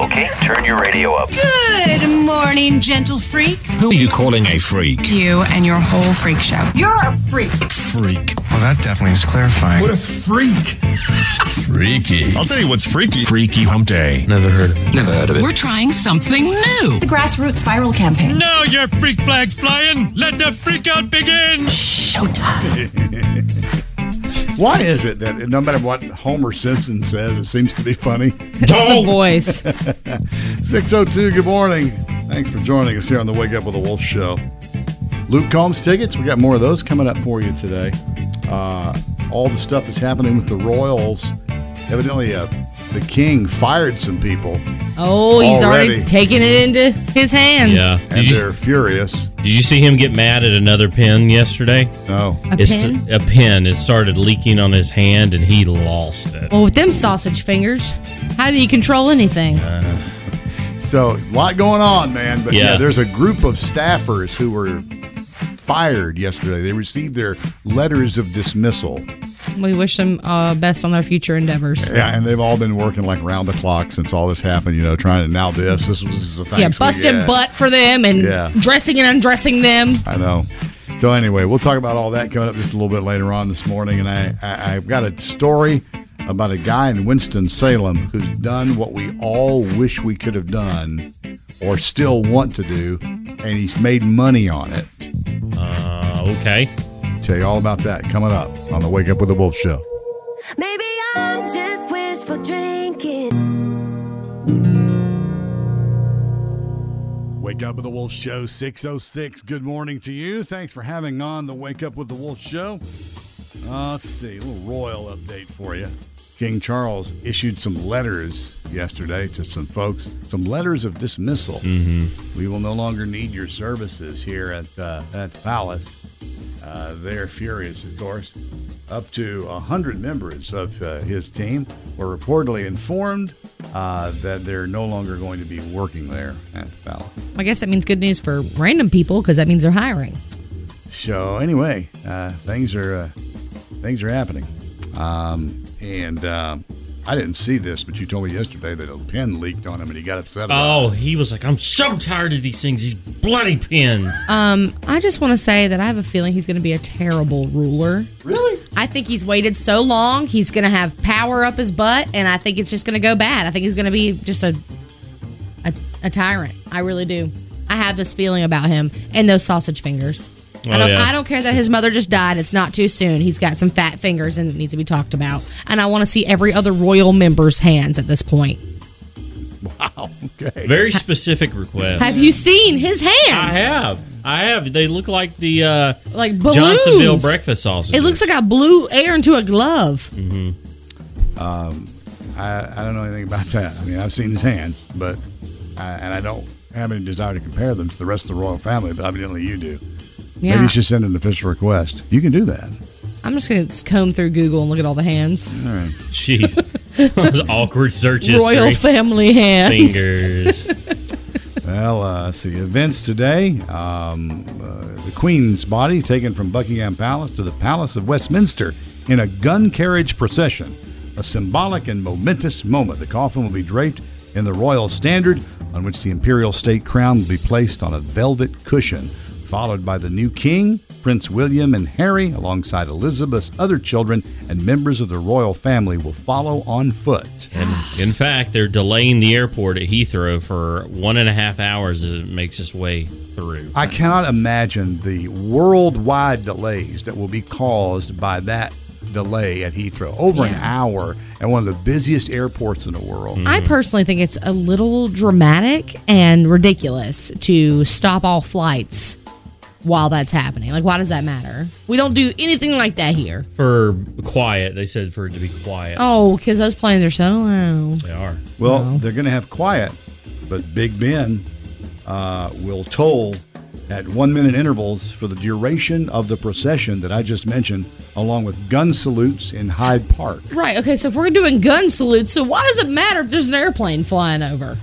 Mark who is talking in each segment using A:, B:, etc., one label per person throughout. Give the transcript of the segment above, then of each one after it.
A: Okay, turn your radio up.
B: Good morning, gentle freaks.
C: Who are you calling a freak?
B: You and your whole freak show. You're a freak.
C: Freak.
D: Well, that definitely is clarifying.
E: a freak.
C: Freaky.
D: I'll tell you what's freaky.
C: Freaky hump day.
D: Never heard of it.
C: Never heard of
B: We're trying something new. The grassroots viral campaign.
C: Now your freak flag's flying. Let the freak out begin.
B: Showtime.
E: Why is it that no matter what Homer Simpson says, it seems to be funny?
F: It's the voice.
E: 602, good morning. Thanks for joining us here on the Wake Up with the Wolf show. Luke Combs tickets, we got more of those coming up for you today. Uh, all the stuff that's happening with the Royals. Evidently, uh, the King fired some people,
F: Oh, he's already,
E: Already.
F: taking it into his hands.
G: Yeah.
E: and
G: Did you,
E: they're furious.
G: did you see him get mad at another pin yesterday?
E: No.
F: A pin?
G: a pin. It started leaking on his hand, and he lost it.
F: well, with them sausage fingers, how do you control anything?
E: So, a lot going on, man. But yeah.
G: Yeah.
E: there's a group of staffers who were fired yesterday. They received their letters of dismissal.
F: We wish them uh, best on their future endeavors.
E: Yeah, and they've all been working like round the clock since all this happened. You know, trying to now this. This was this is a thing.
F: Yeah, busting butt for them and
E: Yeah.
F: dressing and undressing them.
E: I know. So anyway, we'll talk about all that coming up just a little bit later on this morning. And I, I I've got a story about a guy in Winston Salem who's done what we all wish we could have done, or still want to do, and he's made money on it.
G: Uh, okay.
E: Tell you all about that coming up on the Wake Up with the Wolf show.
H: Maybe I'm just wishful drinking.
E: Wake Up with the Wolf Show 606. Good morning to you. Thanks for having on the Wake Up with the Wolf Show. Uh, let's see, a little royal update for you. King Charles issued some letters yesterday to some folks, some letters of dismissal. We will no longer need your services here at, uh, at the palace. Uh, they're furious, of course. Up to 100 members of uh, his team were reportedly informed uh, that they're no longer going to be working there at the palace.
F: I guess that means good news for random people because that means they're hiring.
E: So anyway, uh, things are uh, things are happening, um, and um I didn't see this, but you told me yesterday that a pen leaked on him, and he got upset. About
G: Oh, he was like, I'm so tired of these things. These bloody pins.
F: Um, I just want to say that I have a feeling he's going to be a terrible ruler.
E: it. Really?
F: I think he's waited so long, he's going to have power up his butt, and I think it's just going to go bad. I think he's going to be just a, a a tyrant. I really do. I have this feeling about him and those sausage fingers. I
G: Oh,
F: don't,
G: yeah.
F: I don't care that his mother just died. It's not too soon. He's got some fat fingers and it needs to be talked about. And I want to see every other royal member's hands at this point.
E: Wow. Okay.
G: Very specific request.
F: Have you seen his hands?
G: I have. I have. They look like the uh,
F: Like balloons.
G: Johnsonville breakfast sausage.
F: It looks like I blew air into a glove.
E: I, I don't know anything about that. I mean, I've seen his hands, but I, and I don't have any desire to compare them to the rest of the royal family, but evidently you do.
F: Yeah.
E: Maybe you should send an official request. You can do that.
F: I'm just going to comb through Google and look at all the hands.
G: Jeez. Those awkward searches.
F: royal family hands.
G: fingers.
E: Well, uh, let's see events today. Um, uh, the Queen's body taken from Buckingham Palace to the Palace of Westminster in a gun carriage procession. a symbolic and momentous moment. The coffin will be draped in the royal standard, on which the imperial state crown will be placed on a velvet cushion, followed by the new king, Prince William, and Harry, alongside Elizabeth's other children and members of the royal family, will follow on foot.
G: And in fact, they're delaying the airport at Heathrow for one and a half hours as it makes its way through.
E: I cannot imagine the worldwide delays that will be caused by that delay at Heathrow. Over an
F: Yeah.
E: hour at one of the busiest airports in the world.
F: I personally think it's a little dramatic and ridiculous to stop all flights while that's happening. Like, why does that matter? We don't do anything like that here.
G: For quiet, they said for it to be quiet.
F: Oh, because those planes are so loud.
G: They are.
E: Well, they're going to have quiet, but Big Ben uh, will toll at one minute intervals for the duration of the procession that I just mentioned, along with gun salutes in Hyde Park.
F: Right. Okay. So if we're doing gun salutes, so why does it matter if there's an airplane flying over?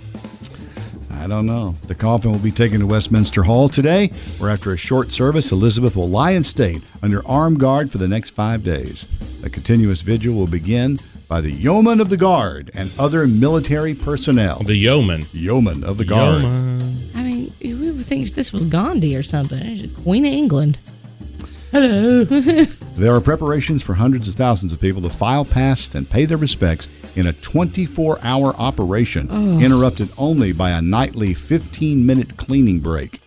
E: I don't know. The coffin will be taken to Westminster Hall today, where after a short service, Elizabeth will lie in state under armed guard for the next five days. The continuous vigil will begin by the Yeomen of the Guard and other military personnel.
G: The yeoman.
E: Yeomen of the Guard.
F: I mean, we would think this was Gandhi or something. It's Queen of England. Hello.
E: There are preparations for hundreds of thousands of people to file past and pay their respects in a 24 hour operation,
F: Ugh.
E: interrupted only by a nightly 15 minute cleaning break.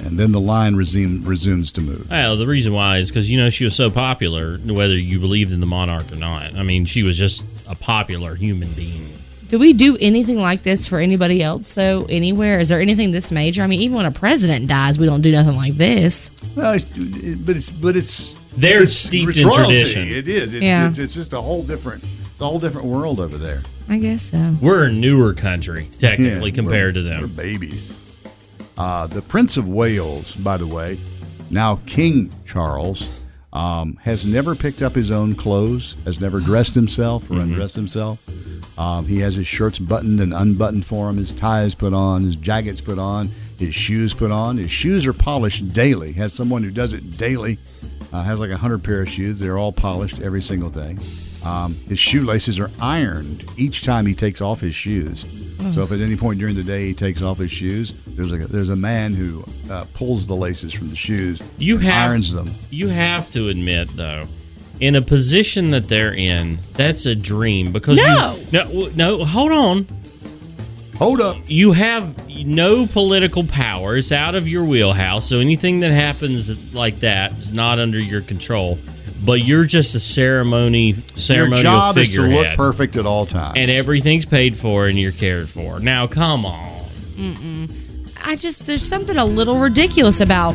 E: And then the line resume, resumes to move.
G: Well, the reason why is because you know she was so popular, whether you believed in the monarch or not. I mean, she was just a popular human being.
F: do we do anything like this for anybody else though? Anywhere? Is there anything this major? I mean, even when a president dies, we don't do nothing like this.
E: Well, it's, it- but it's but it's
G: They're
E: it's-
G: steeped
E: it's
G: in
E: royalty.
G: tradition.
E: It is. It's,
F: Yeah.
E: it's, it's just a whole different it's a whole different world over there.
F: I guess so.
G: We're a newer country technically
E: Yeah,
G: compared to
E: we're-
G: them.
E: We're babies. Uh, the Prince of Wales, by the way, now King Charles, um, has never picked up his own clothes, has never dressed himself
G: Mm-hmm.
E: or undressed himself. Um, he has his shirts buttoned and unbuttoned for him, his ties put on, his jackets put on, his shoes put on. His shoes are polished daily. Has someone who does it daily. Uh, has like a hundred pair of shoes. They're all polished every single day. Um, his shoelaces are ironed each time he takes off his shoes. So if at any point during the day he takes off his shoes, there's a there's a man who uh, pulls the laces from the shoes.
G: You
E: and
G: have
E: irons them.
G: You have to admit, though, in a position that they're in, that's a dream because you-
F: No!
G: no, w- no. Hold on.
E: Hold up.
G: You have no political power. It's out of your wheelhouse. So anything that happens like that is not under your control. But you're just a ceremony
E: Your
G: ceremonial
E: job is to
G: figurehead.
E: look perfect at all times.
G: and everything's paid for and you're cared for. Now, come on.
F: I just there's something a little ridiculous about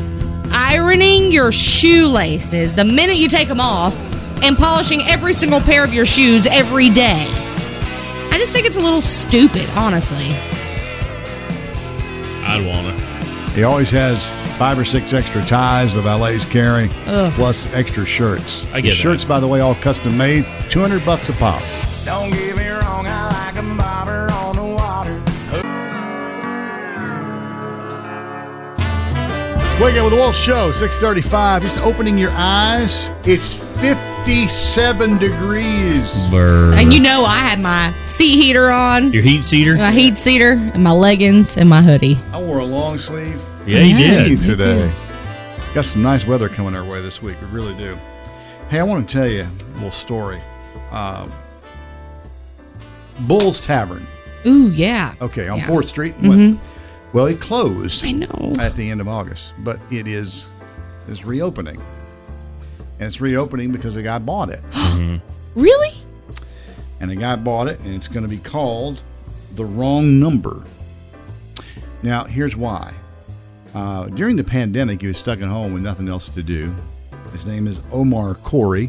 F: ironing your shoelaces the minute you take them off and polishing every single pair of your shoes every day. I just think it's a little stupid, honestly.
G: I'd want to.
E: He always has five or six extra ties the valets carry, plus extra shirts.
G: I get
E: His
G: that.
E: shirts, by the way, all custom made, two hundred bucks a pop.
I: Don't get me wrong, I like a bobber on the water.
E: Wake up with the Wolf Show, six thirty-five. Just opening your eyes. It's fifty-seven degrees.
F: And you know I had my seat heater on,
G: Your heat seater?
F: my heat seater, and my leggings and my hoodie.
E: I wore a long sleeve
G: Yeah, he
F: Yeah.
G: did.
E: today. Got some nice weather coming our way this week. We really do. Hey, I want to tell you a little story. Um, Bull's Tavern.
F: Ooh, yeah.
E: Okay, on
F: Yeah. Mm-hmm.
E: Fourth Street. in West- Well, it closed.
F: I know.
E: at the end of August, but it is is reopening, and it's reopening because a guy bought it,
F: Really?
E: and a guy bought it, and it's going to be called the wrong number. Now, here's why. Uh, during the pandemic, he was stuck at home with nothing else to do. His name is Omar Corey,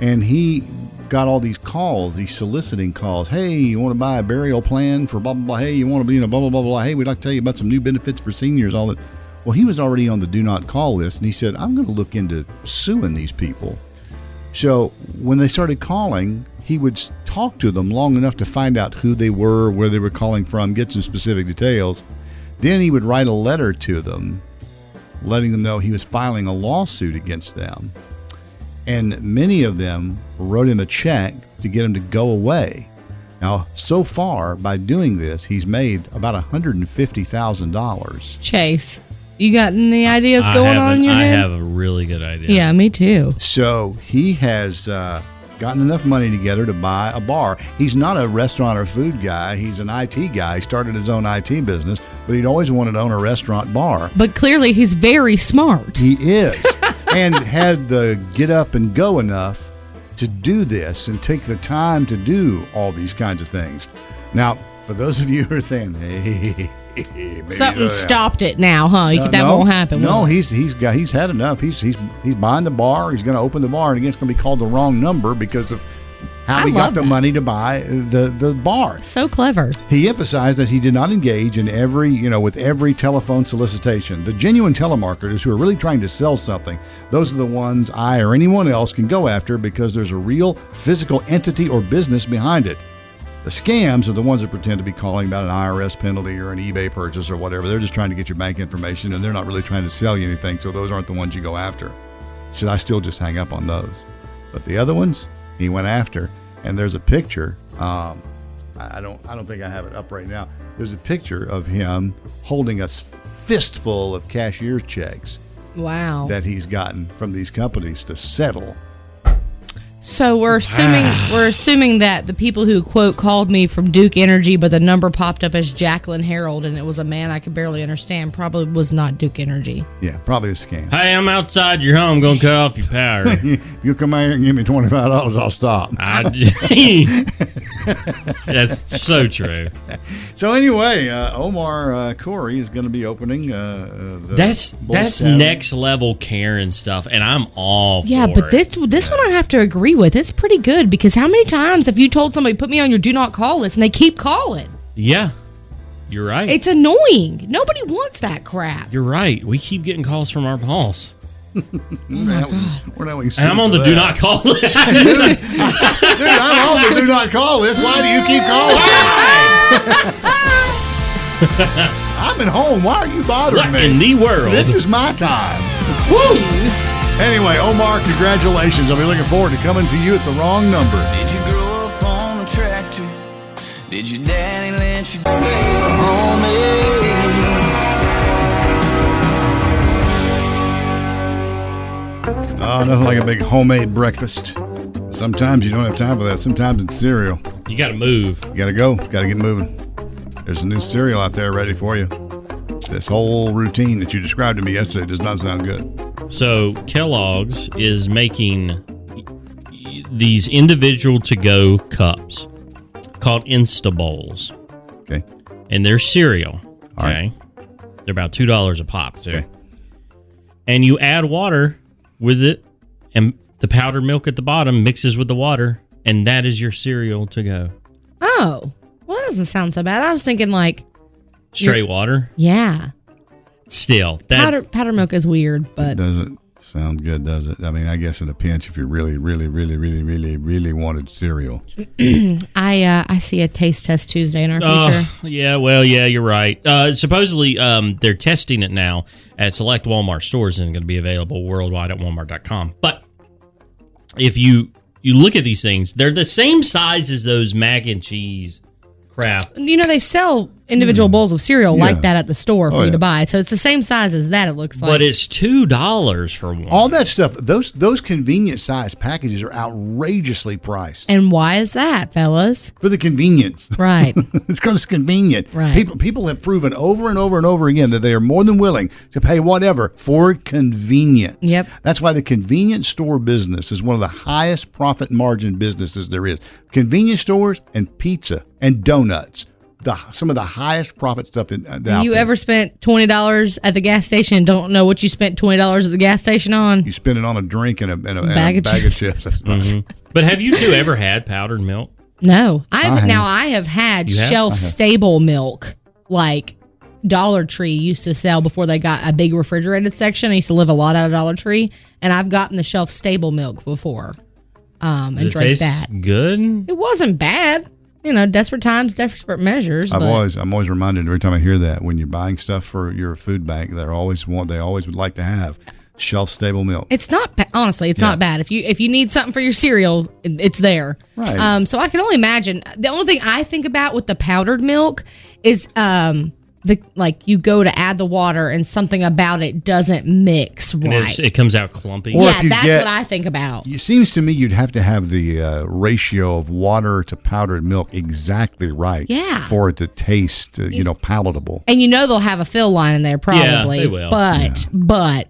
E: and he got all these calls, these soliciting calls. Hey, you want to buy a burial plan for blah blah blah? Hey, you want to be in a blah blah blah blah? Hey, we'd like to tell you about some new benefits for seniors. All that. Well, he was already on the do not call list, and he said, "I'm going to look into suing these people." So when they started calling, he would s- talk to them long enough to find out who they were, where they were calling from, get some specific details. Then he would write a letter to them, letting them know he was filing a lawsuit against them. And many of them wrote him a check to get him to go away. Now, so far, by doing this, he's made about $150,000.
F: Chase, you got any ideas going on in your
G: I
F: head?
G: have a really good idea.
F: Yeah, me too.
E: So he has uh, gotten enough money together to buy a bar. He's not a restaurant or food guy. He's an IT guy. He started his own IT business, but he'd always wanted to own a restaurant bar.
F: But clearly, he's very smart.
E: He is, and had the get up and go enough to do this and take the time to do all these kinds of things. Now, for those of you who are saying, hey, maybe
F: Something
E: they'll-
F: stopped it now, huh?
E: uh,
F: that
E: no,
F: won't happen. will
E: No,
F: it?
E: he's he's got he's had enough. He's he's he's buying the bar. He's going to open the bar, and again, it's going to be called the wrong number because of how
F: I
E: he got
F: love
E: the
F: that.
E: money to buy the the bar.
F: so clever.
E: He emphasized that he did not engage in every, you know, with every telephone solicitation. The genuine telemarketers who are really trying to sell something, those are the ones I or anyone else can go after because there's a real physical entity or business behind it. The scams are the ones that pretend to be calling about an IRS penalty or an eBay purchase or whatever. They're just trying to get your bank information and they're not really trying to sell you anything, so those aren't the ones you go after. Should I still just hang up on those? But the other ones, he went after, and there's a picture. Um, I I don't I don't think I have it up right now. There's a picture of him holding a s- fistful of cashier's checks
F: Wow.
E: that he's gotten from these companies to settle.
F: So we're assuming
G: Ah.
F: we're assuming that the people who quote called me from Duke Energy, but the number popped up as Jacqueline Harold, and it was a man I could barely understand. Probably was not Duke Energy.
E: Yeah, probably a scam.
G: Hey, I'm outside your home. Gonna cut off your power.
E: if you come out here and give me twenty five dollars, I'll stop.
G: I- That's so true.
E: So anyway, uh, Omar uh, Corey is going to be opening. Uh, uh, the
G: That's
E: Bull's
G: that's
E: Tavern.
G: next level Karen stuff, and I'm all
F: Yeah,
G: for
F: but
G: it.
F: this this one I have to agree with. It's pretty good because how many times have you told somebody put me on your do not call list and they keep calling?
G: yeah, you're right.
F: It's annoying. Nobody wants that crap.
G: you're right. We keep getting calls from our balls,
E: We're not
G: and I'm on the do not call list.
E: Dude, I'm on the do not call list. Why do you keep calling? I'm at home. Why are you bothering
G: What
E: me?
G: in the world?
E: This is my time. Anyway, Omar, congratulations. I'll be looking forward to coming to you at the wrong number.
I: Did you grow up on a tractor? Did your daddy let you homemade?
E: Oh, nothing like a big homemade breakfast. Sometimes you don't have time for that. Sometimes it's cereal.
G: You got to move.
E: You gotta go. Gotta get moving. There's a new cereal out there ready for you. This whole routine that you described to me yesterday does not sound good.
G: So Kellogg's is making these individual to-go cups called Insta Bowls,
E: Okay.
G: and they're cereal. Okay,
E: All right.
G: they're about two dollars a pop too.
E: Okay.
G: And you add water with it, and the powdered milk at the bottom mixes with the water, and that is your cereal to go.
F: Oh, well, that doesn't sound so bad. I was thinking like,
G: Straight water,
F: yeah,
G: still
F: powder
G: that
F: powder milk is weird,
E: It
F: but
E: doesn't sound good, does it? I mean, I guess in a pinch, if you really, really, really, really, really, really wanted cereal,
F: I uh, I see a taste test Tuesday in our future.
G: Oh, yeah, well, yeah, you're right. Uh, supposedly, um, they're testing it now at select Walmart stores and going to be available worldwide at Walmart.com. But if you you look at these things, they're the same size as those mac and cheese craft.
F: You know they sell individual bowls of cereal
E: Yeah.
F: like that at the store for
E: Oh,
F: you
E: yeah.
F: to buy, so it's the same size as that. It looks like.
G: But it's two dollars for one.
E: all that stuff, those those convenience size packages are outrageously priced
F: and why is that, fellas?
E: for the convenience.
F: Right.
E: it's because it's convenient.
F: Right.
E: People people have proven over and over and over again that they are more than willing to pay whatever for convenience.
F: Yep.
E: That's why the convenience store business is one of the highest profit margin businesses there is. Convenience stores and pizza and donuts, the some of the highest profit stuff in. Uh,
F: Have
E: out
F: you
E: there.
F: ever spent twenty dollars at the gas station and don't know what you spent twenty dollars at the gas station on?
E: You spend it on a drink and a, and a, and a bag,
F: Bag
E: of
F: of
E: chips. That's
G: Mm-hmm. But have you two ever had powdered milk?
F: No, I've
E: have.
F: now I have had
G: You have? Uh-huh.
F: shelf stable milk like Dollar Tree used to sell before they got a big refrigerated section. I used to live a lot out of Dollar Tree, and I've gotten the shelf stable milk before, um,
G: Does
F: and
G: it
F: drank
G: taste
F: that.
G: good?
F: It wasn't bad, you know. Desperate times, desperate measures.
E: I've
F: but
E: always I'm always reminded every time I hear that when you're buying stuff for your food bank, they're always want they always would like to have shelf stable milk.
F: It's not ba- honestly, it's
E: Yeah.
F: not bad. If you if you need something for your cereal, it- it's there.
E: Right.
F: Um, so I can only imagine. The only thing I think about with the powdered milk is um the like you go to add the water and something about it doesn't mix
G: And
F: right.
G: it's, it comes out clumpy.
E: Or
F: yeah,
E: if you
F: that's
E: get-
F: what I think about.
E: It seems to me you'd have to have the uh, ratio of water to powdered milk exactly right.
F: Yeah.
E: For it to taste, uh, you know, palatable.
F: And you know they'll have a fill line in there probably.
E: they will.
F: But but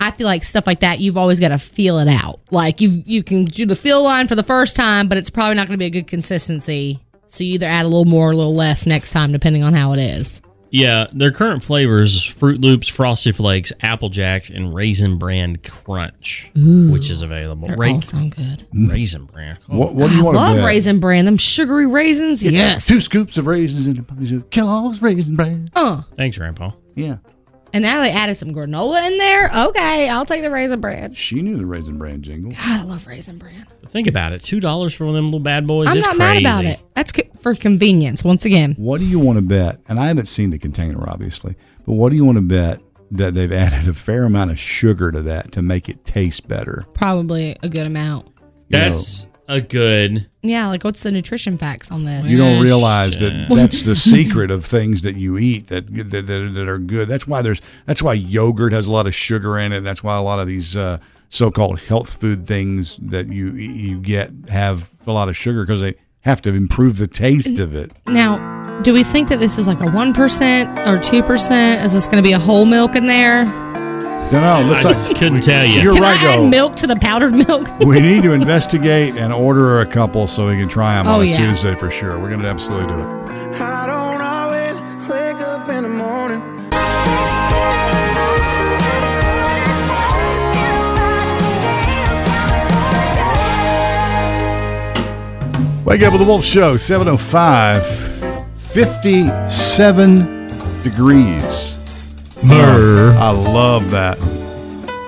F: I feel like stuff like that you've always got to feel it out. Like you you can do the fill line for the first time, but it's probably not going to be a good consistency. So you either add a little more or a little less next time depending on how it is.
G: Yeah, their current flavors is Fruit Loops, Frosted Flakes, Apple Jacks, and Raisin Bran Crunch,
F: Ooh.
G: which is available.
F: They're all sound good.
G: Raisin Bran.
E: What, what do you
F: Oh. I
E: want
F: love
E: to bet?
F: raisin bran. Them sugary raisins,
E: Get
F: yes.
E: Two scoops of raisins in a pocket of Kellogg's raisin bran.
F: Uh,
G: Thanks, Grandpa.
E: Yeah.
F: and now they added some granola in there. Okay, I'll take the raisin bran.
E: She knew the raisin bran jingle.
F: God, I love raisin bran.
G: Think about it. Two dollars for one of them little bad boys.
F: I'm
G: it's
F: not mad
G: crazy.
F: about it. That's co- for convenience. Once again,
E: What do you want to bet? And I haven't seen the container, obviously, but what do you want to bet that they've added a fair amount of sugar to that to make it taste better?
F: probably a good amount.
E: You know,
G: That's a good.
F: Yeah, like what's the nutrition facts on this?
E: You don't realize that
F: Question.
E: that's the secret of things that you eat that that, that that are good. That's why there's that's why yogurt has a lot of sugar in it. That's why a lot of these uh, so-called health food things that you you get have a lot of sugar because they have to improve the taste of it.
F: Now, do we think that this is like a one percent or two percent? Is this going to be a whole milk in there?
E: No, no, it looks
G: I
E: like
G: couldn't tell you.
E: You're
F: Can
E: right,
F: I add
E: though.
F: milk to the powdered milk?
E: we need to investigate and order a couple so we can try them
F: Oh,
E: on a
F: yeah.
E: Tuesday for sure. We're gonna absolutely do it.
I: I don't always wake up in the morning.
E: Wake up with the Wolf Show, 705, 57 degrees.
G: Brr.
E: I love that.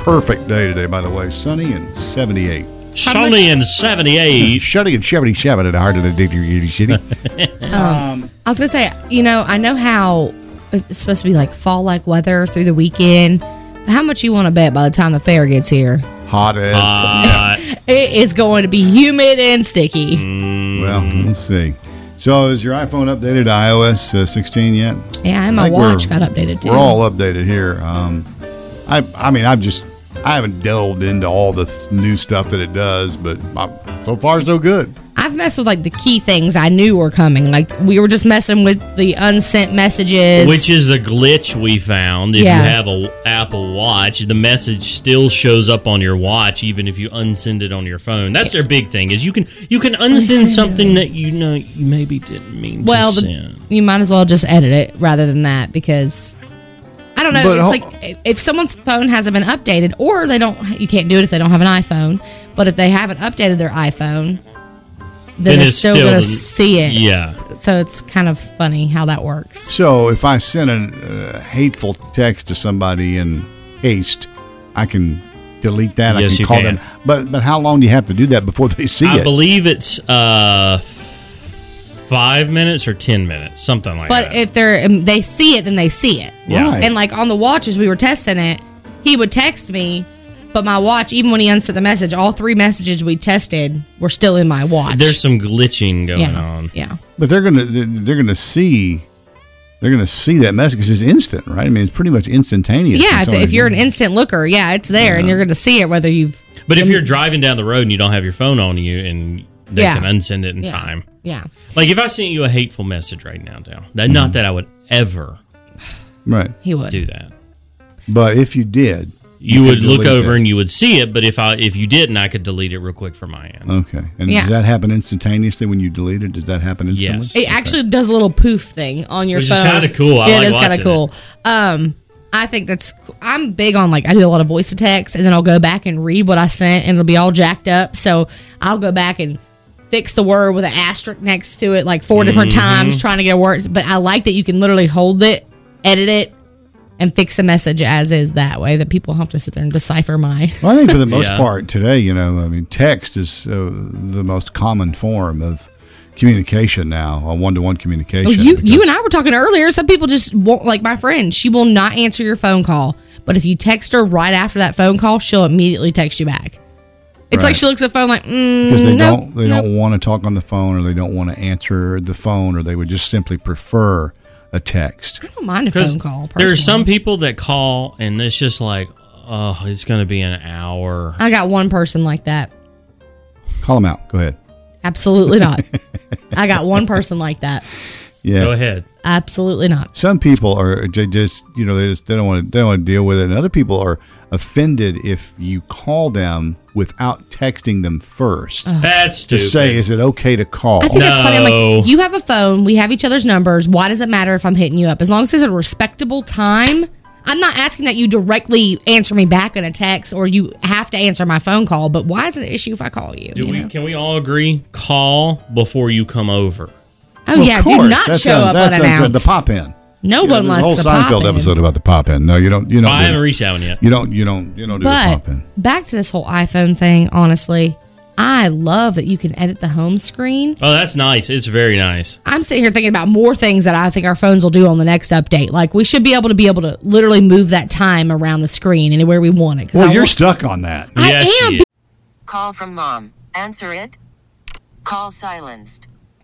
E: Perfect day today, by the way. Sunny and 78.
G: Sony and seventy eight.
E: Sunny and 77 at the heart of the Diddy City.
F: Um, I was gonna say, you know, I know how it's supposed to be like fall like weather through the weekend. How much you want to bet by the time the fair gets here?
E: Hot as.
G: Hot.
F: It is going to be humid and sticky.
E: Mm. well, let's see. So, is your iPhone updated to iOS uh, 16 yet?
F: Yeah, and
E: I
F: my
E: think
F: watch
E: we're-
F: got updated too.
E: We're all updated here. Um, I I mean, I've just I haven't delved into all the th- new stuff that it does, but i so far so good.
F: I've messed with like the key things I knew were coming. Like we were just messing with the unsent messages.
G: Which is a glitch we found. If
F: Yeah.
G: you have a Apple Watch, the message still shows up on your watch, even if you unsend it on your phone. That's their big thing is you can you can unsend
F: Unsend
G: something that you know you maybe didn't mean
F: well,
G: to
F: the,
G: send.
F: you might as well just edit it rather than that because I don't know.
E: But
F: it's
E: ho-
F: like i- if someone's phone hasn't been updated, or they don't, you can't do it if they don't have an iPhone. But if they haven't updated their iPhone, then,
G: Then
F: they're
G: it's
F: still,
G: still
F: going to
G: the-
F: see it.
G: yeah.
F: So it's kind of funny how that works.
E: So if I send a uh, hateful text to somebody in haste, I can delete that.
G: Yes,
E: I can
G: you
E: call
G: can.
E: them. But but how long do you have to do that before they see
G: I
E: it?
G: believe it's uh f- five minutes or ten minutes, something like
F: But
G: that.
F: if they're um, they see it, then they see it.
G: Yeah. Right.
F: And like on the watch as we were testing it, he would text me, but my watch, even when he unsent the message, all three messages we tested were still in my watch.
G: There's some glitching going
F: Yeah.
G: on.
F: yeah.
E: but they're gonna they're they're gonna see. They're going to see that message 'cause it's instant, right? I mean, it's pretty much instantaneous. when
F: yeah, it's,
E: somebody's
F: if you're an instant looker, yeah, it's there, and
G: Uh-huh.
F: you're going to see it whether you've.
G: But if you're driving down the road and you don't have your phone on you and they
F: Yeah.
G: can unsend it in
F: Yeah.
G: time.
F: Yeah.
G: Like if I sent you a hateful message right now, Dale, that,
E: Mm-hmm.
G: not that I would ever
E: right.
F: He would.
G: do that.
E: But if you did,
G: You
E: could
G: would look
E: delete
G: over
E: that.
G: and you would see it, but if I if you didn't, I could delete it real quick from my end.
E: Okay. And
F: Yeah.
E: does that happen instantaneously when you delete it? Does that happen instantly?
G: Yes.
F: It actually does a little poof thing on your
G: Which is
F: phone.
G: kinda cool. I
F: Yeah,
G: like
F: it is kind
G: watching
F: of cool. Um, I think that's. c- I'm big on like I do a lot of voice to text, and then I'll go back and read what I sent, and it'll be all jacked up. So I'll go back and fix the word with an asterisk next to it, like 4 different
G: Mm-hmm.
F: times, trying to get a word. But I like that you can literally hold it, edit it, and fix the message as is. That way, that people don't have to sit there and decipher my.
E: Well, I think for the most
G: Yeah.
E: part today, you know, I mean, text is uh, the most common form of communication now, on one to one communication.
F: Well, Oh, you
E: because-
F: you and I were talking earlier. Some people just won't like my friend. She will not answer your phone call, but if you text her right after that phone call, she'll immediately text you back. It's
E: Right.
F: like she looks at the phone like,
E: because
F: mm,
E: they
F: no,
E: don't they
F: no.
E: don't want to talk on the phone or they don't want to answer the phone or they would just simply prefer a text.
F: I don't mind a
G: Because
F: phone call.
G: there are
F: personally.
G: some people that call and it's just like, oh, it's going to be an hour.
F: I got one person like that.
E: Call them out. Go ahead.
F: Absolutely not. I got one person like that.
E: Yeah.
G: Go ahead.
F: Absolutely not.
E: Some people are j- just you know they just they don't want to they don't want to deal with it, and other people are offended if you call them without texting them first
G: That's
E: to
G: stupid.
E: say is it okay to call?
F: I think that's funny. I'm
G: No.
F: like, you have a phone. We have each other's numbers. Why does it matter if I'm hitting you up? As long as it's a respectable time. I'm not asking that you directly answer me back in a text or you have to answer my phone call, but why is it an issue if I call you?
G: Do
F: you
G: we?
F: know?
G: Can we all agree? Call before you come over.
F: Oh, yeah. Do not show up unannounced.
E: The pop in.
F: No one
E: there's a whole
F: wants to
E: Seinfeld
F: pop in.
E: episode about the pop in. No, you don't. You don't.
G: Well, I
E: do-
G: haven't reached that one yet.
E: You don't. You don't. You don't do the
F: But
E: pop in.
F: back to this whole iPhone thing, honestly, I love that you can edit the home screen.
G: Oh, that's nice. It's very nice.
F: I'm sitting here thinking about more things that I think our phones will do on the next update. Like we should be able to be able to literally move that time around the screen anywhere we want it. 'Cause
E: Well,
F: I
E: you're
F: want-
E: stuck on that.
F: I
G: Yes,
F: am.
G: she is.
J: Call from mom. Answer it. Call silenced.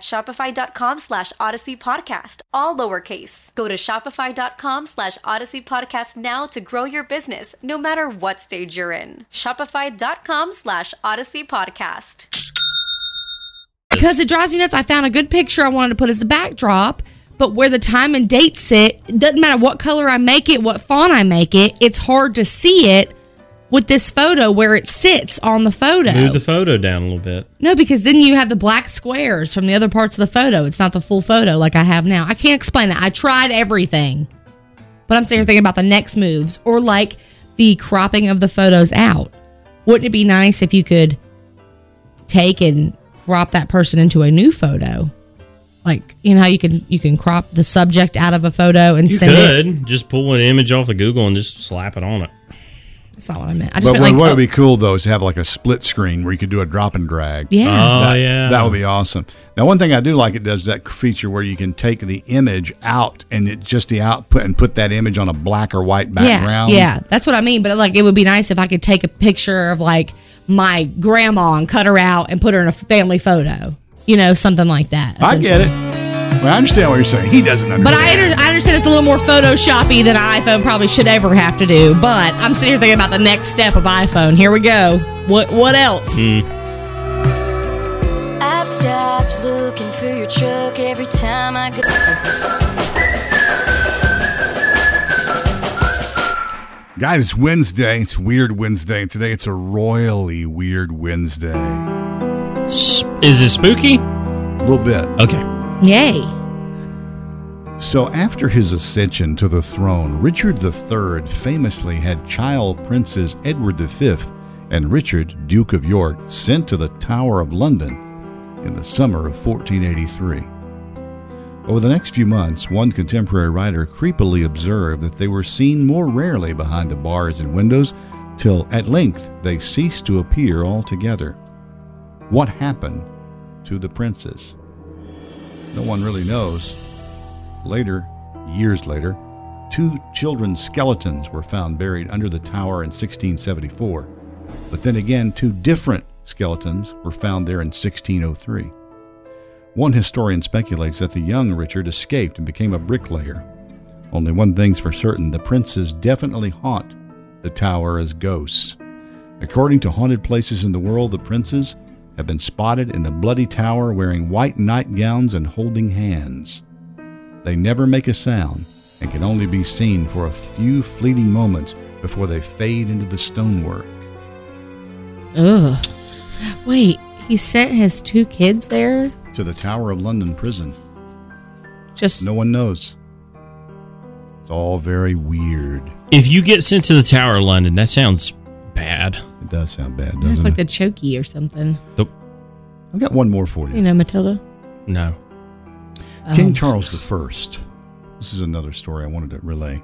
K: shopify.com slash odyssey podcast, all lowercase. Go to shopify.com slash odyssey podcast now to grow your business, no matter what stage you're in. Shopify.com slash odyssey podcast.
F: because it drives me nuts. I found a good picture I wanted to put as a backdrop, but where the time and date sit, it doesn't matter what color I make it, what font I make it, it's hard to see it with this photo where it sits on the photo.
G: Move the photo down a little bit.
F: No, because then you have the black squares from the other parts of the photo. It's not the full photo like I have now. I can't explain it. I tried everything, but I'm sitting here thinking about the next moves or like the cropping of the photos out. Wouldn't it be nice if you could take and crop that person into a new photo? Like you know how you can you can crop the subject out of a photo and
G: You
F: send it.
G: could just pull an image off of Google and just slap it on it.
F: That's not what I meant. I just
E: but
F: meant
E: what,
F: like
E: what
F: oh,
E: would be cool though is to have like a split screen where you could do a drop and drag.
F: Yeah. Oh,
E: that,
G: yeah.
E: that would be awesome. Now, one thing I do like it does that feature where you can take the image out and it just the output and put that image on a black or white background.
F: Yeah, yeah, that's what I mean. But like, it would be nice if I could take a picture of like my grandma and cut her out and put her in a family photo. You know, something like that.
E: I get it.
F: essentially.
E: Well, I understand what you're saying. He doesn't understand.
F: But I, under- I understand it's a little more photoshoppy than an iPhone probably should ever have to do. But I'm sitting here thinking about the next step of iPhone. Here we go. What what else?
E: Hmm.
H: I've stopped looking for your truck every time I go.
E: Guys, it's Wednesday. It's Weird Wednesday. Today it's a royally weird Wednesday.
G: Is it spooky?
E: A little bit.
G: Okay.
F: Yay.
E: So after his ascension to the throne, Richard III famously had child princes Edward V and Richard, Duke of York, sent to the Tower of London in the summer of 1483. Over the next few months, one contemporary writer creepily observed that they were seen more rarely behind the bars and windows till at length they ceased to appear altogether. What happened to the princes? No one really knows. Later, years later, two children's skeletons were found buried under the tower in 1674. But then again, two different skeletons were found there in 1603. One historian speculates that the young Richard escaped and became a bricklayer. Only one thing's for certain the princes definitely haunt the tower as ghosts. According to haunted places in the world, the princes have been spotted in the bloody tower wearing white nightgowns and holding hands. They never make a sound and can only be seen for a few fleeting moments before they fade into the stonework.
F: Ugh. Wait, he sent his two kids there?
E: To the Tower of London prison.
F: Just
E: no one knows. It's all very weird.
G: If you get sent to the Tower of London, that sounds bad.
E: It does sound bad, doesn't
F: That's
E: it?
F: like the Chokey or something.
E: I've got one more for you.
F: You know, Matilda.
G: No.
F: Oh.
E: King Charles I. This is another story I wanted to relay.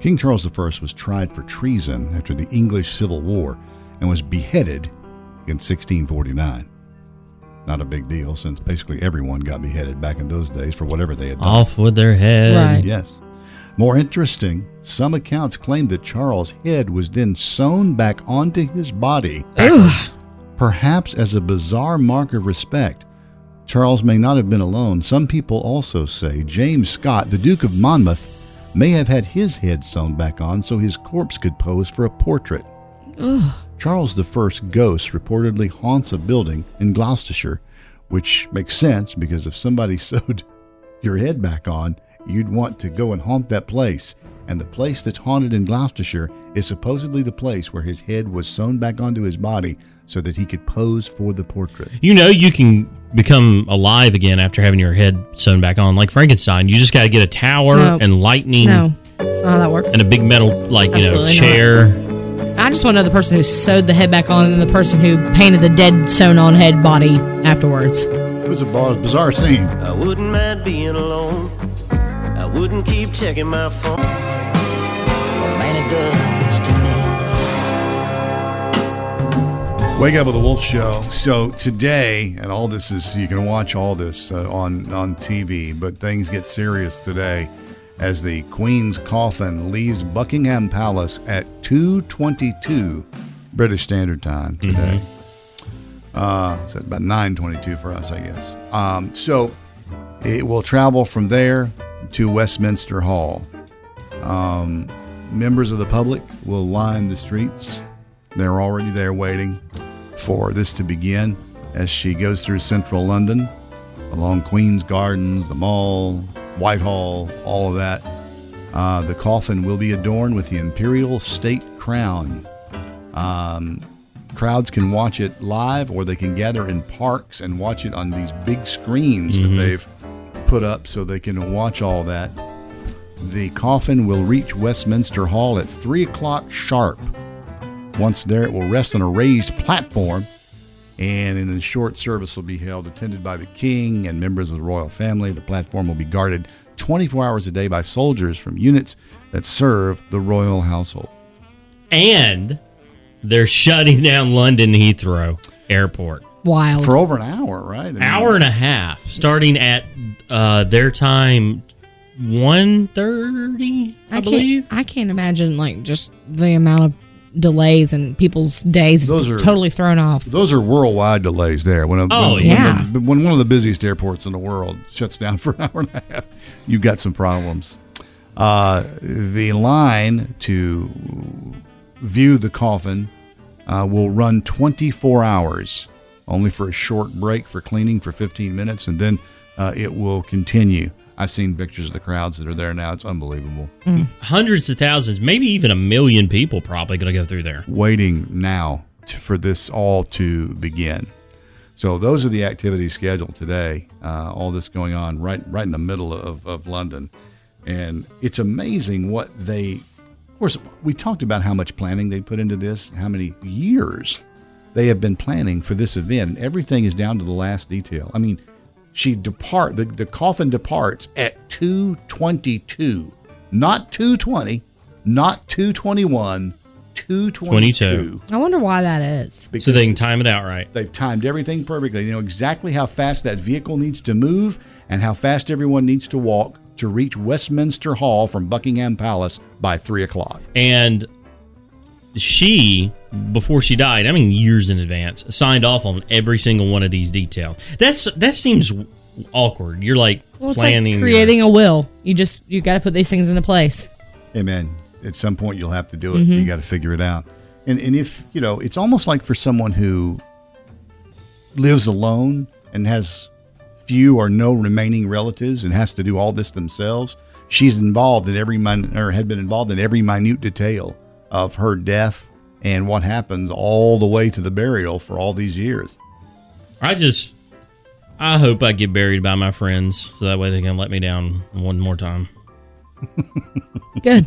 E: King Charles I was tried for treason after the English Civil War and was beheaded in 1649. Not a big deal since basically everyone got beheaded back in those days for whatever they had done.
G: Off with their head.
E: Yes. More interesting, some accounts claim that Charles' head was then sewn back onto his body, perhaps as a bizarre mark of respect. Charles may not have been alone. Some people also say James Scott, the Duke of Monmouth, may have had his head sewn back on so his corpse could pose for a portrait. Charles I's ghost reportedly haunts a building in Gloucestershire, which makes sense because if somebody sewed your head back on, you'd want to go and haunt that place. And the place that's haunted in Gloucestershire is supposedly the place where his head was sewn back onto his body so that he could pose for the portrait.
G: You know you can become alive again after having your head sewn back on, like Frankenstein. You just got to get a tower
F: No.
G: and lightning
F: No, that's not how that works.
G: and a big metal, like you know,
F: Absolutely not.
G: chair.
F: I just want to know the person who sewed the head back on and the person who painted the dead sewn on head body afterwards.
E: It was a bar- bizarre scene.
L: I wouldn't mind being alone. I wouldn't keep checking my phone. Well, man, it does to me.
E: Wake up with the Wolf Show. So today, and all this is you can watch all this uh, on on TV, but things get serious today as the Queen's coffin leaves Buckingham Palace at 2:22 British Standard Time today. Uh, it's about 9:22 for us, I guess. Um, so it will travel from there to Westminster Hall. Um, members of the public will line the streets. They're already there waiting for this to begin as she goes through central London, along Queen's Gardens, the Mall, Whitehall, all of that. Uh, the coffin will be adorned with the imperial state crown. Um, crowds can watch it live, or they can gather in parks and watch it on these big screens
G: Mhm.
E: that they've put up so they can watch all that. The coffin will reach Westminster Hall at 3 o'clock sharp. Once there, it will rest on a raised platform, and in a short service will be held, attended by the king and members of the royal family. The platform will be guarded 24 hours a day by soldiers from units that serve the royal household.
G: And they're shutting down London Heathrow Airport.
F: Wild.
E: For over an hour, right? I mean,
G: Hour and a half, starting at uh, their time, one thirty, I,
F: can't-
G: believe.
F: I can't imagine like just the amount of delays and people's days.
E: Those are-
F: totally thrown off.
E: Those are worldwide delays there. When a,
F: Oh,
E: when,
F: yeah.
E: when, the- when one of the busiest airports in the world shuts down for an hour and a half, you've got some problems. Uh, the line to view the coffin uh, will run 24 hours, only for a short break for cleaning for 15 minutes, and then uh, it will continue. I've seen pictures of the crowds that are there now. It's unbelievable.
G: Hundreds of thousands, maybe even a million people probably going to go through there.
E: waiting now to, for this all to begin. So those are the activities scheduled today. Uh, all this going on right right in the middle of, of London, and it's amazing what they. Of course, we talked about how much planning they put into this, how many years they have been planning for this event, and everything is down to the last detail. I mean, she depart the, the coffin departs at two twenty two, not two twenty, not two twenty one, two twenty two.
F: I wonder why that is.
G: So they can time it out right.
E: They've timed everything perfectly. They know exactly how fast that vehicle needs to move and how fast everyone needs to walk to reach Westminster Hall from Buckingham Palace by three o'clock.
G: And she, before she died, I mean years in advance, signed off on every single one of these details. That's that seems awkward. You're like
F: Well, it's
G: planning
F: like creating a will. You just you got to put these things into place.
E: Amen. At some point, you'll have to do it.
F: Mhm.
E: You got to figure it out. And and if you know, it's almost like for someone who lives alone and has few or no remaining relatives and has to do all this themselves. She's involved in every min- or had been involved in every minute detail of her death and what happens all the way to the burial for all these years.
G: I just I hope I get buried by my friends so that way they can let me down one more time.
F: Good.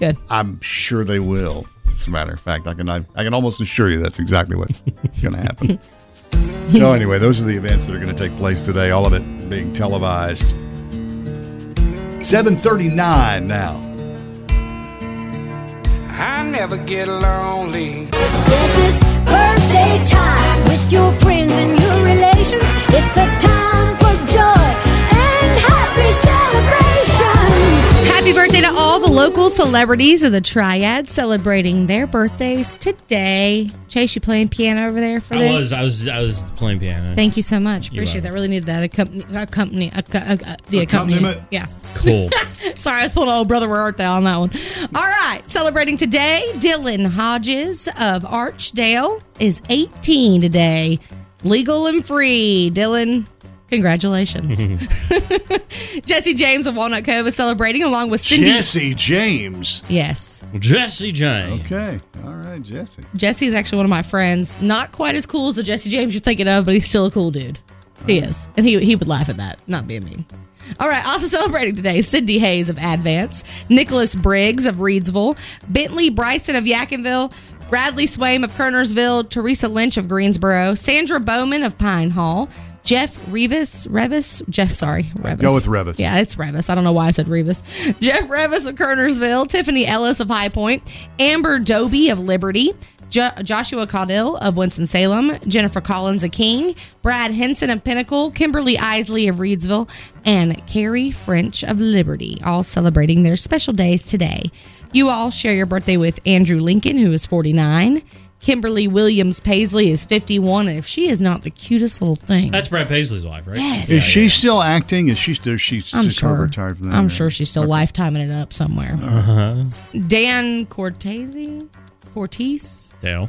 F: Good.
E: I'm sure they will. As a matter of fact, I can I, I can almost assure you that's exactly what's going to happen. so anyway, those are the events that are going to take place today. All of it being televised. 7:39 now.
M: I never get lonely.
N: This is birthday time with your friends and your relations. It's a time for joy and happy celebrations.
F: Happy birthday to all the local celebrities of the Triad celebrating their birthdays today. Chase, you playing piano over there for
G: I
F: this?
G: was I was I was playing piano.
F: Thank you so much.
G: You're
F: Appreciate
G: welcome.
F: that. Really needed that accompany, accompany, acco- uh, the accompaniment.
G: Accompaniment.
F: Yeah.
G: Cool.
F: Sorry, I was pulling old brother Wertha on that one. All right, celebrating today, Dylan Hodges of Archdale is 18 today, legal and free. Dylan, congratulations. Jesse James of Walnut Cove is celebrating along with Cindy.
E: Jesse James.
F: Yes.
G: Jesse James.
E: Okay. All right, Jesse.
F: Jesse is actually one of my friends. Not quite as cool as the Jesse James you're thinking of, but he's still a cool dude. He is. And he, he would laugh at that, not being mean. All right, also celebrating today, Cindy Hayes of Advance, Nicholas Briggs of Reedsville, Bentley Bryson of Yakinville, Bradley Swaim of Kernersville, Teresa Lynch of Greensboro, Sandra Bowman of Pine Hall, Jeff Revis, Revis, Jeff, sorry, Revis.
E: Go with Revis.
F: Yeah, it's Revis. I don't know why I said Revis. Jeff Revis of Kernersville, Tiffany Ellis of High Point, Amber Doby of Liberty, jo- Joshua Caudill of Winston-Salem, Jennifer Collins of King, Brad Henson of Pinnacle, Kimberly Isley of Reedsville, and Carrie French of Liberty, all celebrating their special days today. You all share your birthday with Andrew Lincoln, who is 49. Kimberly Williams Paisley is 51, and if she is not the cutest little thing.
G: That's Brad Paisley's wife, right?
F: Yes.
E: Is she still acting? Is she still she's
F: I'm
E: she's
F: sure.
E: probably retired from that?
F: I'm
E: right?
F: sure she's still lifetiming it up somewhere.
G: Uh-huh.
F: Dan Cortese? Cortese?
G: Dale.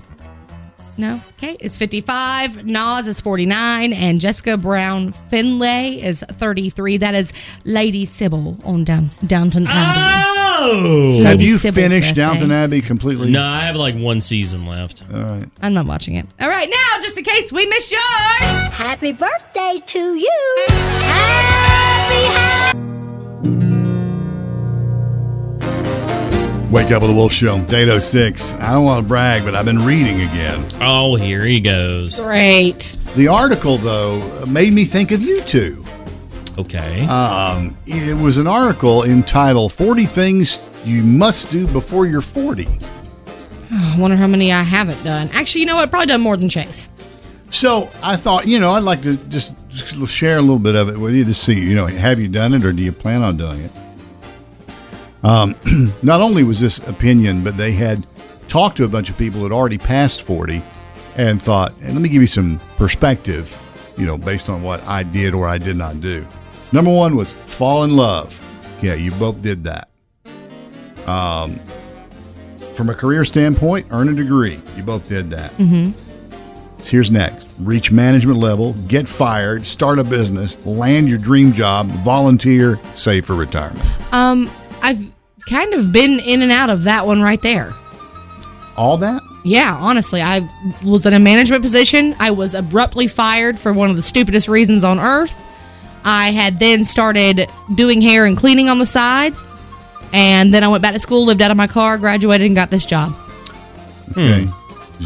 F: No. Okay. It's 55. Nas is 49. And Jessica Brown Finlay is 33. That is Lady Sybil on down, Downton Abbey.
G: Oh.
E: Ah! Have
F: Lady
E: you
F: Sybil's
E: finished
F: birthday.
E: Downton Abbey completely?
G: No, I have like one season left.
E: All right.
F: I'm not watching it. All right. Now, just in case we miss yours.
N: Happy birthday to you.
E: Wake up with the Wolf Show. It's 806. I don't want to brag, but I've been reading again.
G: Oh, here he goes.
F: Great.
E: The article, though, made me think of you two.
G: Okay.
E: Um, it was an article entitled 40 Things You Must Do Before You're 40.
F: Oh, I wonder how many I haven't done. Actually, you know what? Probably done more than Chase.
E: So I thought, you know, I'd like to just, just share a little bit of it with you to see, you know, have you done it or do you plan on doing it? Um, not only was this opinion, but they had talked to a bunch of people who'd already passed 40 and thought, "Hey, let me give you some perspective, you know, based on what I did or I did not do. Number one was fall in love. Yeah, you both did that. Um, from a career standpoint, earn a degree. You both did that.
F: Mm-hmm.
E: Here's next reach management level, get fired, start a business, land your dream job, volunteer, save for retirement.
F: Um, I've kind of been in and out of that one right there.
E: All that?
F: Yeah, honestly, I was in a management position. I was abruptly fired for one of the stupidest reasons on earth. I had then started doing hair and cleaning on the side. And then I went back to school, lived out of my car, graduated, and got this job.
E: Okay. Did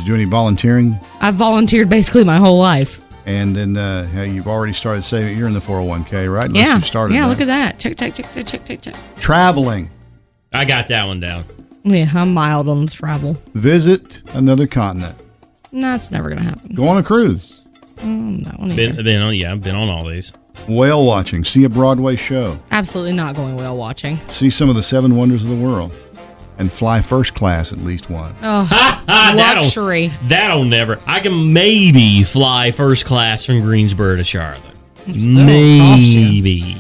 E: you do any volunteering?
F: I volunteered basically my whole life.
E: And then uh, hey, you've already started saving. You're in the 401k, right? Unless
F: yeah.
E: You started
F: yeah,
E: that.
F: look at that. Check, check, check, check, check, check, check.
E: Traveling.
G: I got that one down.
F: Yeah, I'm mild on this travel.
E: Visit another continent.
F: No, it's never going to happen.
E: Go on a cruise.
F: Mm, that one either.
G: Been, been on, yeah, I've been on all these.
E: Whale watching. See a Broadway show.
F: Absolutely not going whale watching.
E: See some of the seven wonders of the world. And fly first class at least once.
F: Oh,
G: that'll-
F: luxury.
G: That'll never. I can maybe fly first class from Greensboro to Charlotte. Maybe.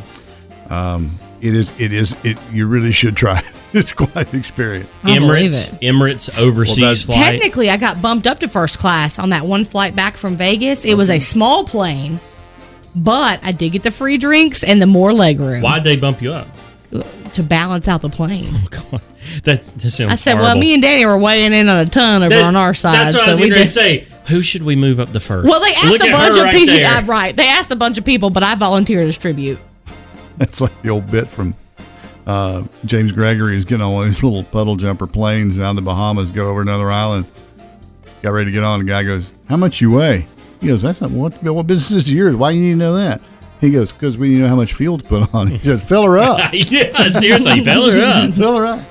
E: Um, it is. It is. It. You really should try. It's quite an experience.
F: I don't believe
G: Emirates, Emirates overseas
E: Well,
G: flight.
F: Technically, I got bumped up to first class on that one flight back from Vegas. It was a small plane, but I did get the free drinks and the more leg room
G: Why'd they bump you up?
F: to balance out the plane.
G: That, that sounds
F: I said,
G: horrible.
F: well, me and Danny were weighing in on a ton over
G: That-
F: on our side.
G: That's what
F: so
G: I was
F: we
G: going to
F: just-
G: say. Who should we move up the first?
F: Well, they asked
G: Look
F: a
G: at
F: bunch
G: her
F: of
G: right
F: people.
G: there.
F: uh, right, they asked a bunch of people, but I volunteered as tribute.
E: That's like the old bit from uh, James Gregory is getting on one of these little puddle jumper planes down the Bahamas, go over another island. Got ready to get on. The guy goes, "How much you weigh?" He goes, "That's not what. What business is yours? Why do you need to know that?" He goes, "Because we need to know how much fuel to put on." He said, "Fill her up."
G: yeah, seriously, fell her up.
E: Fill her up.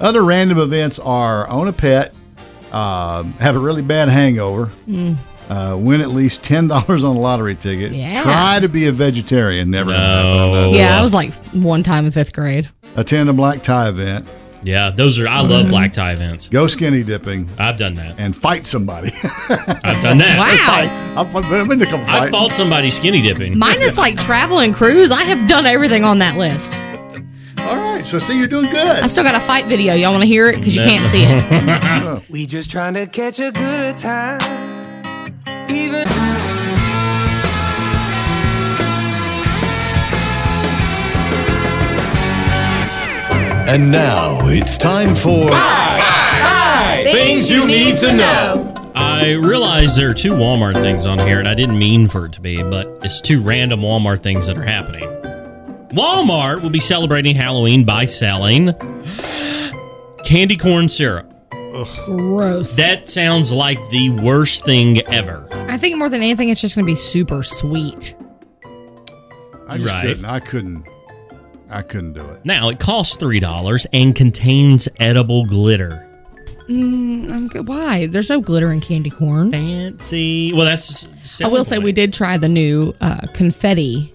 E: Other random events are own a pet, um, have a really bad hangover,
F: Mm.
E: uh, win at least ten dollars on a lottery ticket.
F: Yeah.
E: Try to be a vegetarian. Never.
G: No.
F: yeah, I was like one time in fifth grade.
E: attend a black tie event.
G: Yeah, those are. I love black tie events.
E: Go skinny dipping.
G: I've done that.
E: And fight somebody.
G: I've done that.
E: Wow. I'm, I'm into come
G: I fought somebody skinny dipping.
F: Minus like travel and cruise, I have done everything on that list.
E: All right, so see, you're doing good.
F: I still got a fight video. Y'all want to hear it because you
G: No.
F: can't see it.
M: we just trying to catch a good time. Even
O: And now it's time for Things You Need to Know.
G: I realize there are two Walmart things on here, and I didn't mean for it to be, but it's two random Walmart things that are happening. Walmart will be celebrating Halloween by selling candy corn syrup.
F: Gross.
G: That sounds like the worst thing ever.
F: I think more than anything, it's just going to be super sweet.
E: I just
G: Right.
E: couldn't. I couldn't. I couldn't do it.
G: Now, it costs $3 and contains edible glitter.
F: Mm, I'm good. Why? There's no glitter in candy corn.
G: Fancy. Well, that's.
F: I will say we did try the new uh, confetti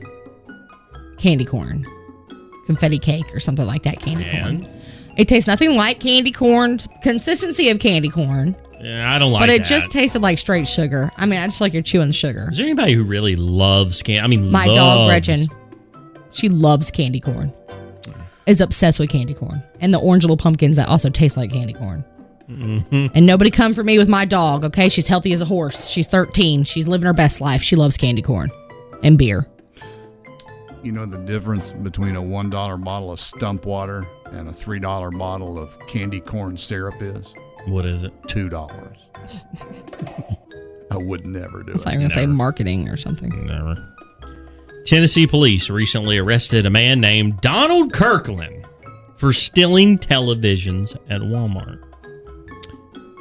F: candy corn, confetti cake or something like that. Candy
G: And?
F: corn. It tastes nothing like candy corn. Consistency of candy corn,
G: Yeah, I don't like
F: but it
G: that.
F: just tasted like straight sugar. I mean, I just like you're chewing sugar.
G: Is there anybody who really loves candy? I mean,
F: My dog
G: loves-
F: Gretchen, she loves candy corn. Is obsessed with candy corn and the orange little pumpkins that also taste like candy corn.
E: Mm-hmm.
G: Mhm.
F: And nobody come for me with my dog, okay? She's healthy as a horse. She's 13. She's living her best life. She loves candy corn and beer.
E: You know the difference between a one dollar bottle of stump water and a three dollar bottle of candy corn syrup is
G: What is it?
E: two dollars. I would never do
F: I
E: it.
F: thought you were going to say marketing or something.
G: Never. Tennessee police recently arrested a man named Donald Kirkland for stealing televisions at Walmart.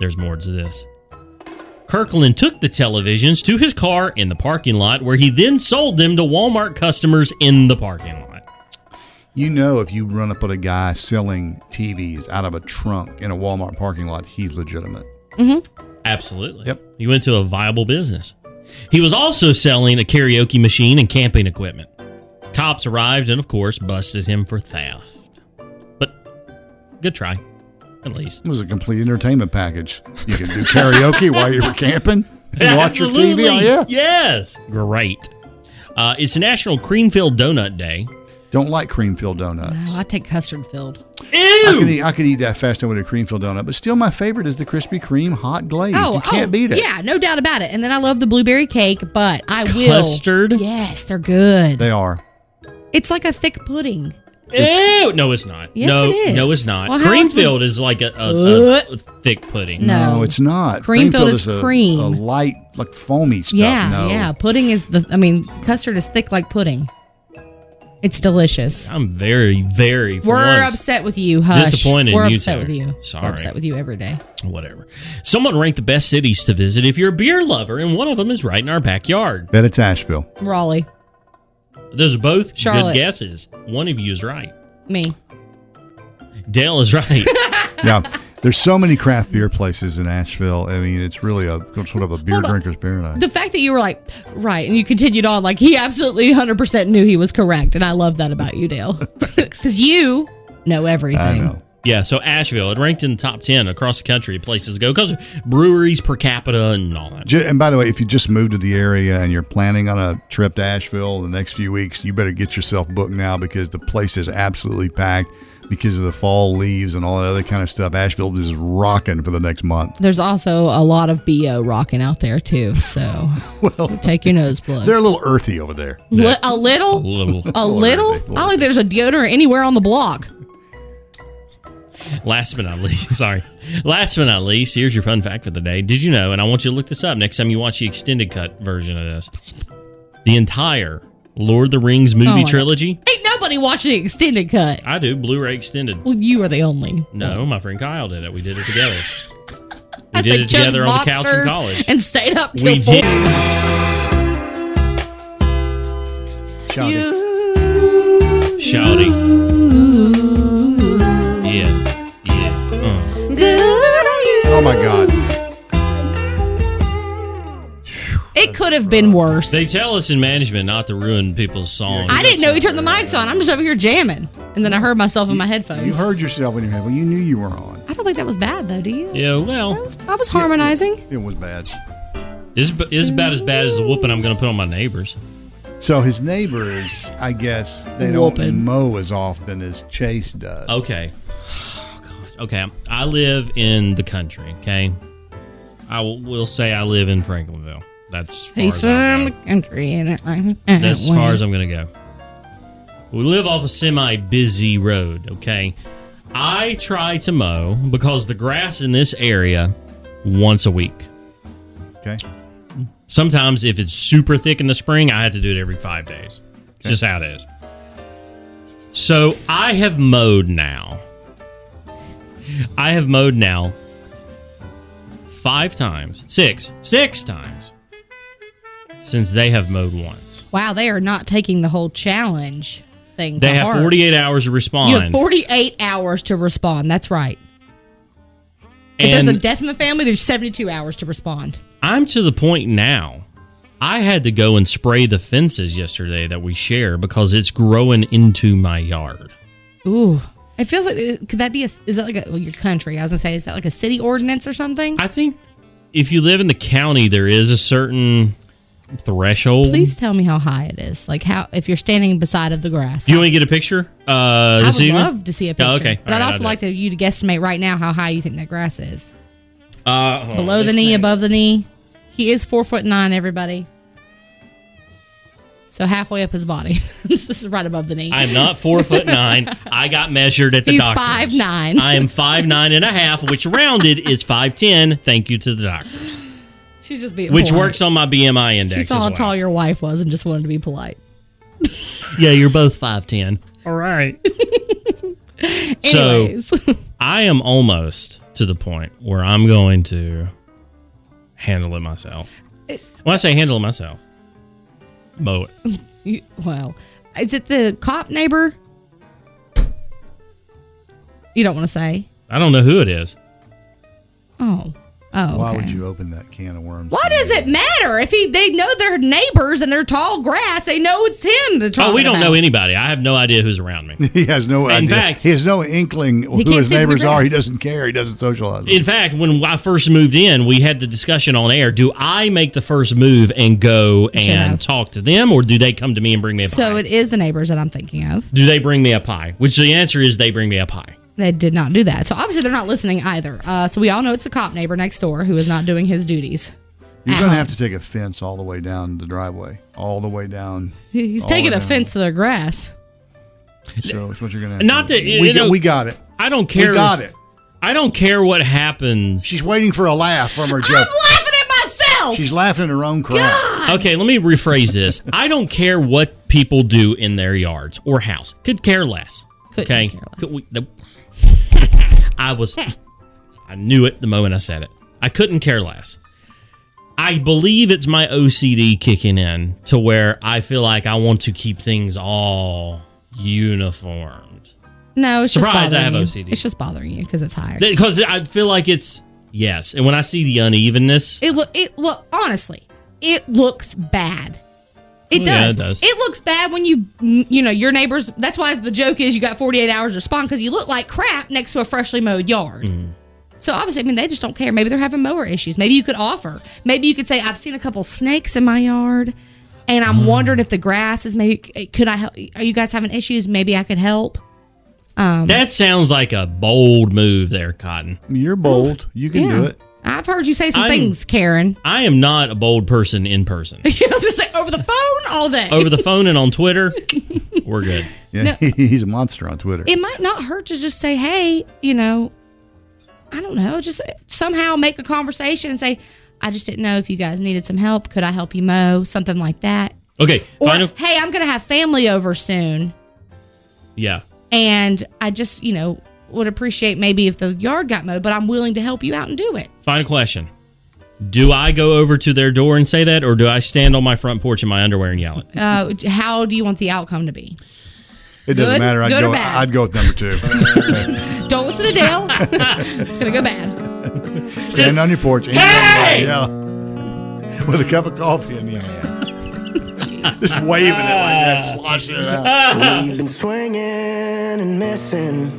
G: There's more to this. Kirkland took the televisions to his car in the parking lot, where he then sold them to Walmart customers in the parking lot.
E: You know, if you run up on a guy selling TVs out of a trunk in a Walmart parking lot, he's legitimate.
G: Absolutely. Yep. He went to a viable business. He was also selling a karaoke machine and camping equipment. Cops arrived and, of course, busted him for theft. But good try. At least.
E: It was a complete entertainment package. You could do karaoke while you were camping and watch your TV. Oh, yeah.
G: Yes. Great. Uh, it's National Creamfield Donut Day.
E: Don't like creamfield donuts.
F: No, Oh, I take custard filled.
E: I could, eat, I could eat that faster with a creamfield donut, but still, my favorite is the Krispy Kreme hot glaze. you can't beat it.
F: Oh, Yeah, no doubt about it. And then I love the blueberry cake, but I will.
G: Custard?
F: Yes, they're good.
E: They are.
F: It's like a thick pudding.
G: Ew. No, it's not.
F: Yes,
G: no,
F: it is.
G: no, it's not.
F: Well, how is Uh.
G: Creamfield is like a, a, a thick pudding.
E: No, it's not.
F: Creamfield is
E: a-
F: cream.
E: A, light, like foamy stuff.
F: yeah,
E: no.
F: yeah. Pudding is the. I mean, custard is thick like pudding. It's delicious.
G: I'm very, very for
F: We're
G: once,
F: upset with you, Hush.
G: disappointed. in
F: We're
G: you
F: upset
G: two.
F: with you.
G: Sorry,
F: We're upset with you every day.
G: Whatever. Someone ranked the best cities to visit if you're a beer lover, and one of them is right in our backyard.
E: Bet it's Asheville.
F: Raleigh,
G: Those are both
F: Charlotte.
G: good guesses. One of you is right.
F: me.
G: Dale is right.
E: yeah. There's so many craft beer places in Asheville. I mean, it's really a sort of a beer drinker's paradise.
F: The fact that you were like, right, and you continued on, like, he absolutely 100% knew he was correct. And I love that about you, Dale. Because you know everything.
G: Yeah, so Asheville, it ranked in the top 10 across the country, places to go because breweries per capita and all that.
E: Ju- And by the way, if you just moved to the area and you're planning on a trip to Asheville in the next few weeks, you better get yourself booked now because the place is absolutely packed because of the fall leaves and all that other kind of stuff. Asheville is rocking for the next month.
F: There's also a lot of BO rocking out there, too. So take your nose plugs.
E: They're a little earthy over there.
F: Li- a
G: A
F: little?
G: little.
F: A little? I don't think there's a deodorant anywhere on the block.
G: Last but not least, sorry. Last but not least, here's your fun fact for the day. Did you know, and I want you to look this up next time you watch the extended cut version of this, the entire Lord of the Rings
F: Oh, my
G: movie
F: God.
G: trilogy?
F: Ain't nobody watching the extended cut.
G: I do, Blu ray extended.
F: Well, you are the only.
G: No, my friend Kyle did it. We did it together. We
F: I
G: did it
F: said Jug
G: together on the couch in
F: Monsters
G: college.
F: And stayed up till
G: We
F: four.
G: did.
E: Shouty.
G: Shouty. Yeah. Yeah. Uh.
E: Oh my God.
F: It could have been worse.
G: They tell us in management not to ruin people's songs.
F: I didn't know he turned the mics on. I'm just over here jamming. And then I heard myself in my headphones.
E: You heard yourself when you had, well, you knew you were on.
F: I don't think that was bad, though, do you?
G: Yeah, well,
F: I was harmonizing.
E: It was bad.
G: it's, ab- it's about as bad as the whooping I'm going to put on my neighbors.
E: So his neighbors, I guess, they don't
G: Whooping. Oh.
E: mow as often as Chase does.
G: Okay. Gosh. Okay. I live in the country, okay? I will, will say I live in Franklinville. That's far
F: He's
G: as I-
F: from the country. And I,
G: That's as far as I'm going to go. We live off a semi busy road, okay? I try to mow because the grass in this area once a week.
E: Okay.
G: Sometimes if it's super thick in the spring, I have to do it every five days. It's just how it is. So I have mowed now. I have mowed now five times, six, six times since they have mowed once.
F: Wow, they are not taking the whole challenge thing.
G: They
F: to
G: have
F: heart.
G: 48 hours to respond.
F: You have 48 hours to respond. That's right. If
G: and
F: there's a death in the family, there's 72 hours to respond.
G: I'm to the point now. I had to go and spray the fences yesterday that we share because it's growing into my yard.
F: Ooh. It feels like uh, could that be a is that like a well, your country? I was gonna say is that like a city ordinance or something?
G: I think if you live in the county, there is a certain threshold.
F: Please tell me how high it is. Like how if you're standing beside of the grass.
G: Do you want to get a picture? Uh,
F: I
G: this
F: would
G: evening?
F: love to see a picture.
G: Oh, okay,
F: But
G: All right,
F: I'd
G: I'll
F: also
G: do
F: like to, you to guesstimate right now how high you think that grass is.
G: it. uh, hold on.
F: Below the
G: This
F: knee,
G: thing-
F: above the knee. He is four foot nine, everybody. So halfway up his body. this is right above the knee.
G: I'm not four foot nine. I got measured at the
F: He's
G: doctor.
F: five nine.
G: I am five nine and a half, which rounded is five ten. Thank you to the doctors,
F: She's just being
G: which
F: polite.
G: works on my BMI index.
F: She saw
G: as
F: how
G: well.
F: tall your wife was and just wanted to be polite.
G: Yeah, you're both five ten. All right.
F: Anyways.
G: So I am almost to the point where I'm going to handle it myself. When I say handle it myself, mow it.
F: You, well, is it the cop neighbor? You don't want to say.
G: I don't know who it is.
F: Oh, Oh,
E: Why
F: okay.
E: would you open that can of worms?
F: Why does it matter if he? They know their neighbors and their tall grass. They know it's him. they're
G: Oh, we
F: talking
G: don't
F: about.
G: know anybody. I have no idea who's around me.
E: He has no
G: In
E: idea.
G: fact-
E: he has no inkling who
G: can't
E: his
G: see through the
E: neighbors are. He
G: grass.
E: doesn't care. He doesn't socialize.
G: In fact, when I first moved in, we had the discussion on air. Do I make the first move and go
F: should
G: and
F: have.
G: talk to them, or do they come to me and bring me a pie?
F: So it is the neighbors that I'm thinking of.
G: Do they bring me a pie? Which the answer is they bring me a pie.
F: They did not do that. So obviously they're not listening either. Uh, so we all know it's the cop neighbor next door who is not doing his duties.
E: You're going to have to take a fence all the way down the driveway, all the way down.
F: He- He's
E: all the
F: taking
E: way down.
F: offense to their grass.
E: So it's what you're going to.
G: Not that
E: we,
G: you
E: got-
G: know,
E: we got it.
G: I don't care.
E: We got it.
G: I don't care what happens.
E: She's waiting for a laugh from her joke.
F: myself.
E: She's laughing at her own crap.
G: Okay, let me rephrase this. I don't care what people do in their yards or house. Could care less. okay. Could we- the- I was. I knew it the moment I said it. I couldn't care less. I believe it's my OCD kicking in to where I feel like I want to keep things all uniformed
F: No, it's
G: Surprise, I
F: just bothering
G: have
F: you.
G: OCD.
F: It's just bothering you because it's higher.
G: because I feel like it's yes. And when I see the unevenness,
F: It will. It well, honestly, it looks bad. It
G: Yeah,
F: does.
G: it does.
F: looks bad when you, mm, you know, your neighbors. That's why the joke is you got 48 hours to respond because you look like crap next to a freshly mowed yard.
G: Mm-hmm.
F: So obviously, I mean, they just don't care. Maybe they're having mower issues. Maybe you could offer. Maybe you could say, "I've seen a couple snakes in my yard, and
G: Mm.
F: I'm wondering if the grass is maybe eh, could I help? Are you guys having issues? Maybe I could help." Um,
G: that sounds like a bold move there, Cotton.
E: You're bold. You can do
F: yeah.
E: it.
F: I've heard you say some
G: I'm-
F: things, Karen.
G: I am not a bold person in person.
F: I was gonna say over the phone all day.
G: Over the phone and on Twitter, we're good.
E: Yeah, he's a monster on Twitter.
F: it might not hurt to just say, hey, you know, I don't know, just somehow make a conversation and say, I just didn't know if you guys needed some help. Could I help you mow? Something like that.
G: Okay,
F: Or,
G: final.
F: hey, I'm going to have family over soon.
G: Yeah.
F: And I just, you know, would appreciate maybe if the yard got mowed, but I'm willing to help you out and do it.
G: Final question. Do I go over to their door and say that, or do I stand on my front porch in my underwear and yell it?
F: Uh, how do you want the outcome to be?
E: It doesn't
F: Good-
E: matter. I'd
F: good or
E: go.
F: bad?
E: I'd go with number two.
F: Don't listen to Dale. it's going to go bad.
E: Stand on your porch. and-
F: Hey!
E: Yeah. With a cup of coffee in your hand. Just waving it like that, sloshing it out.
L: We've been swinging and missing.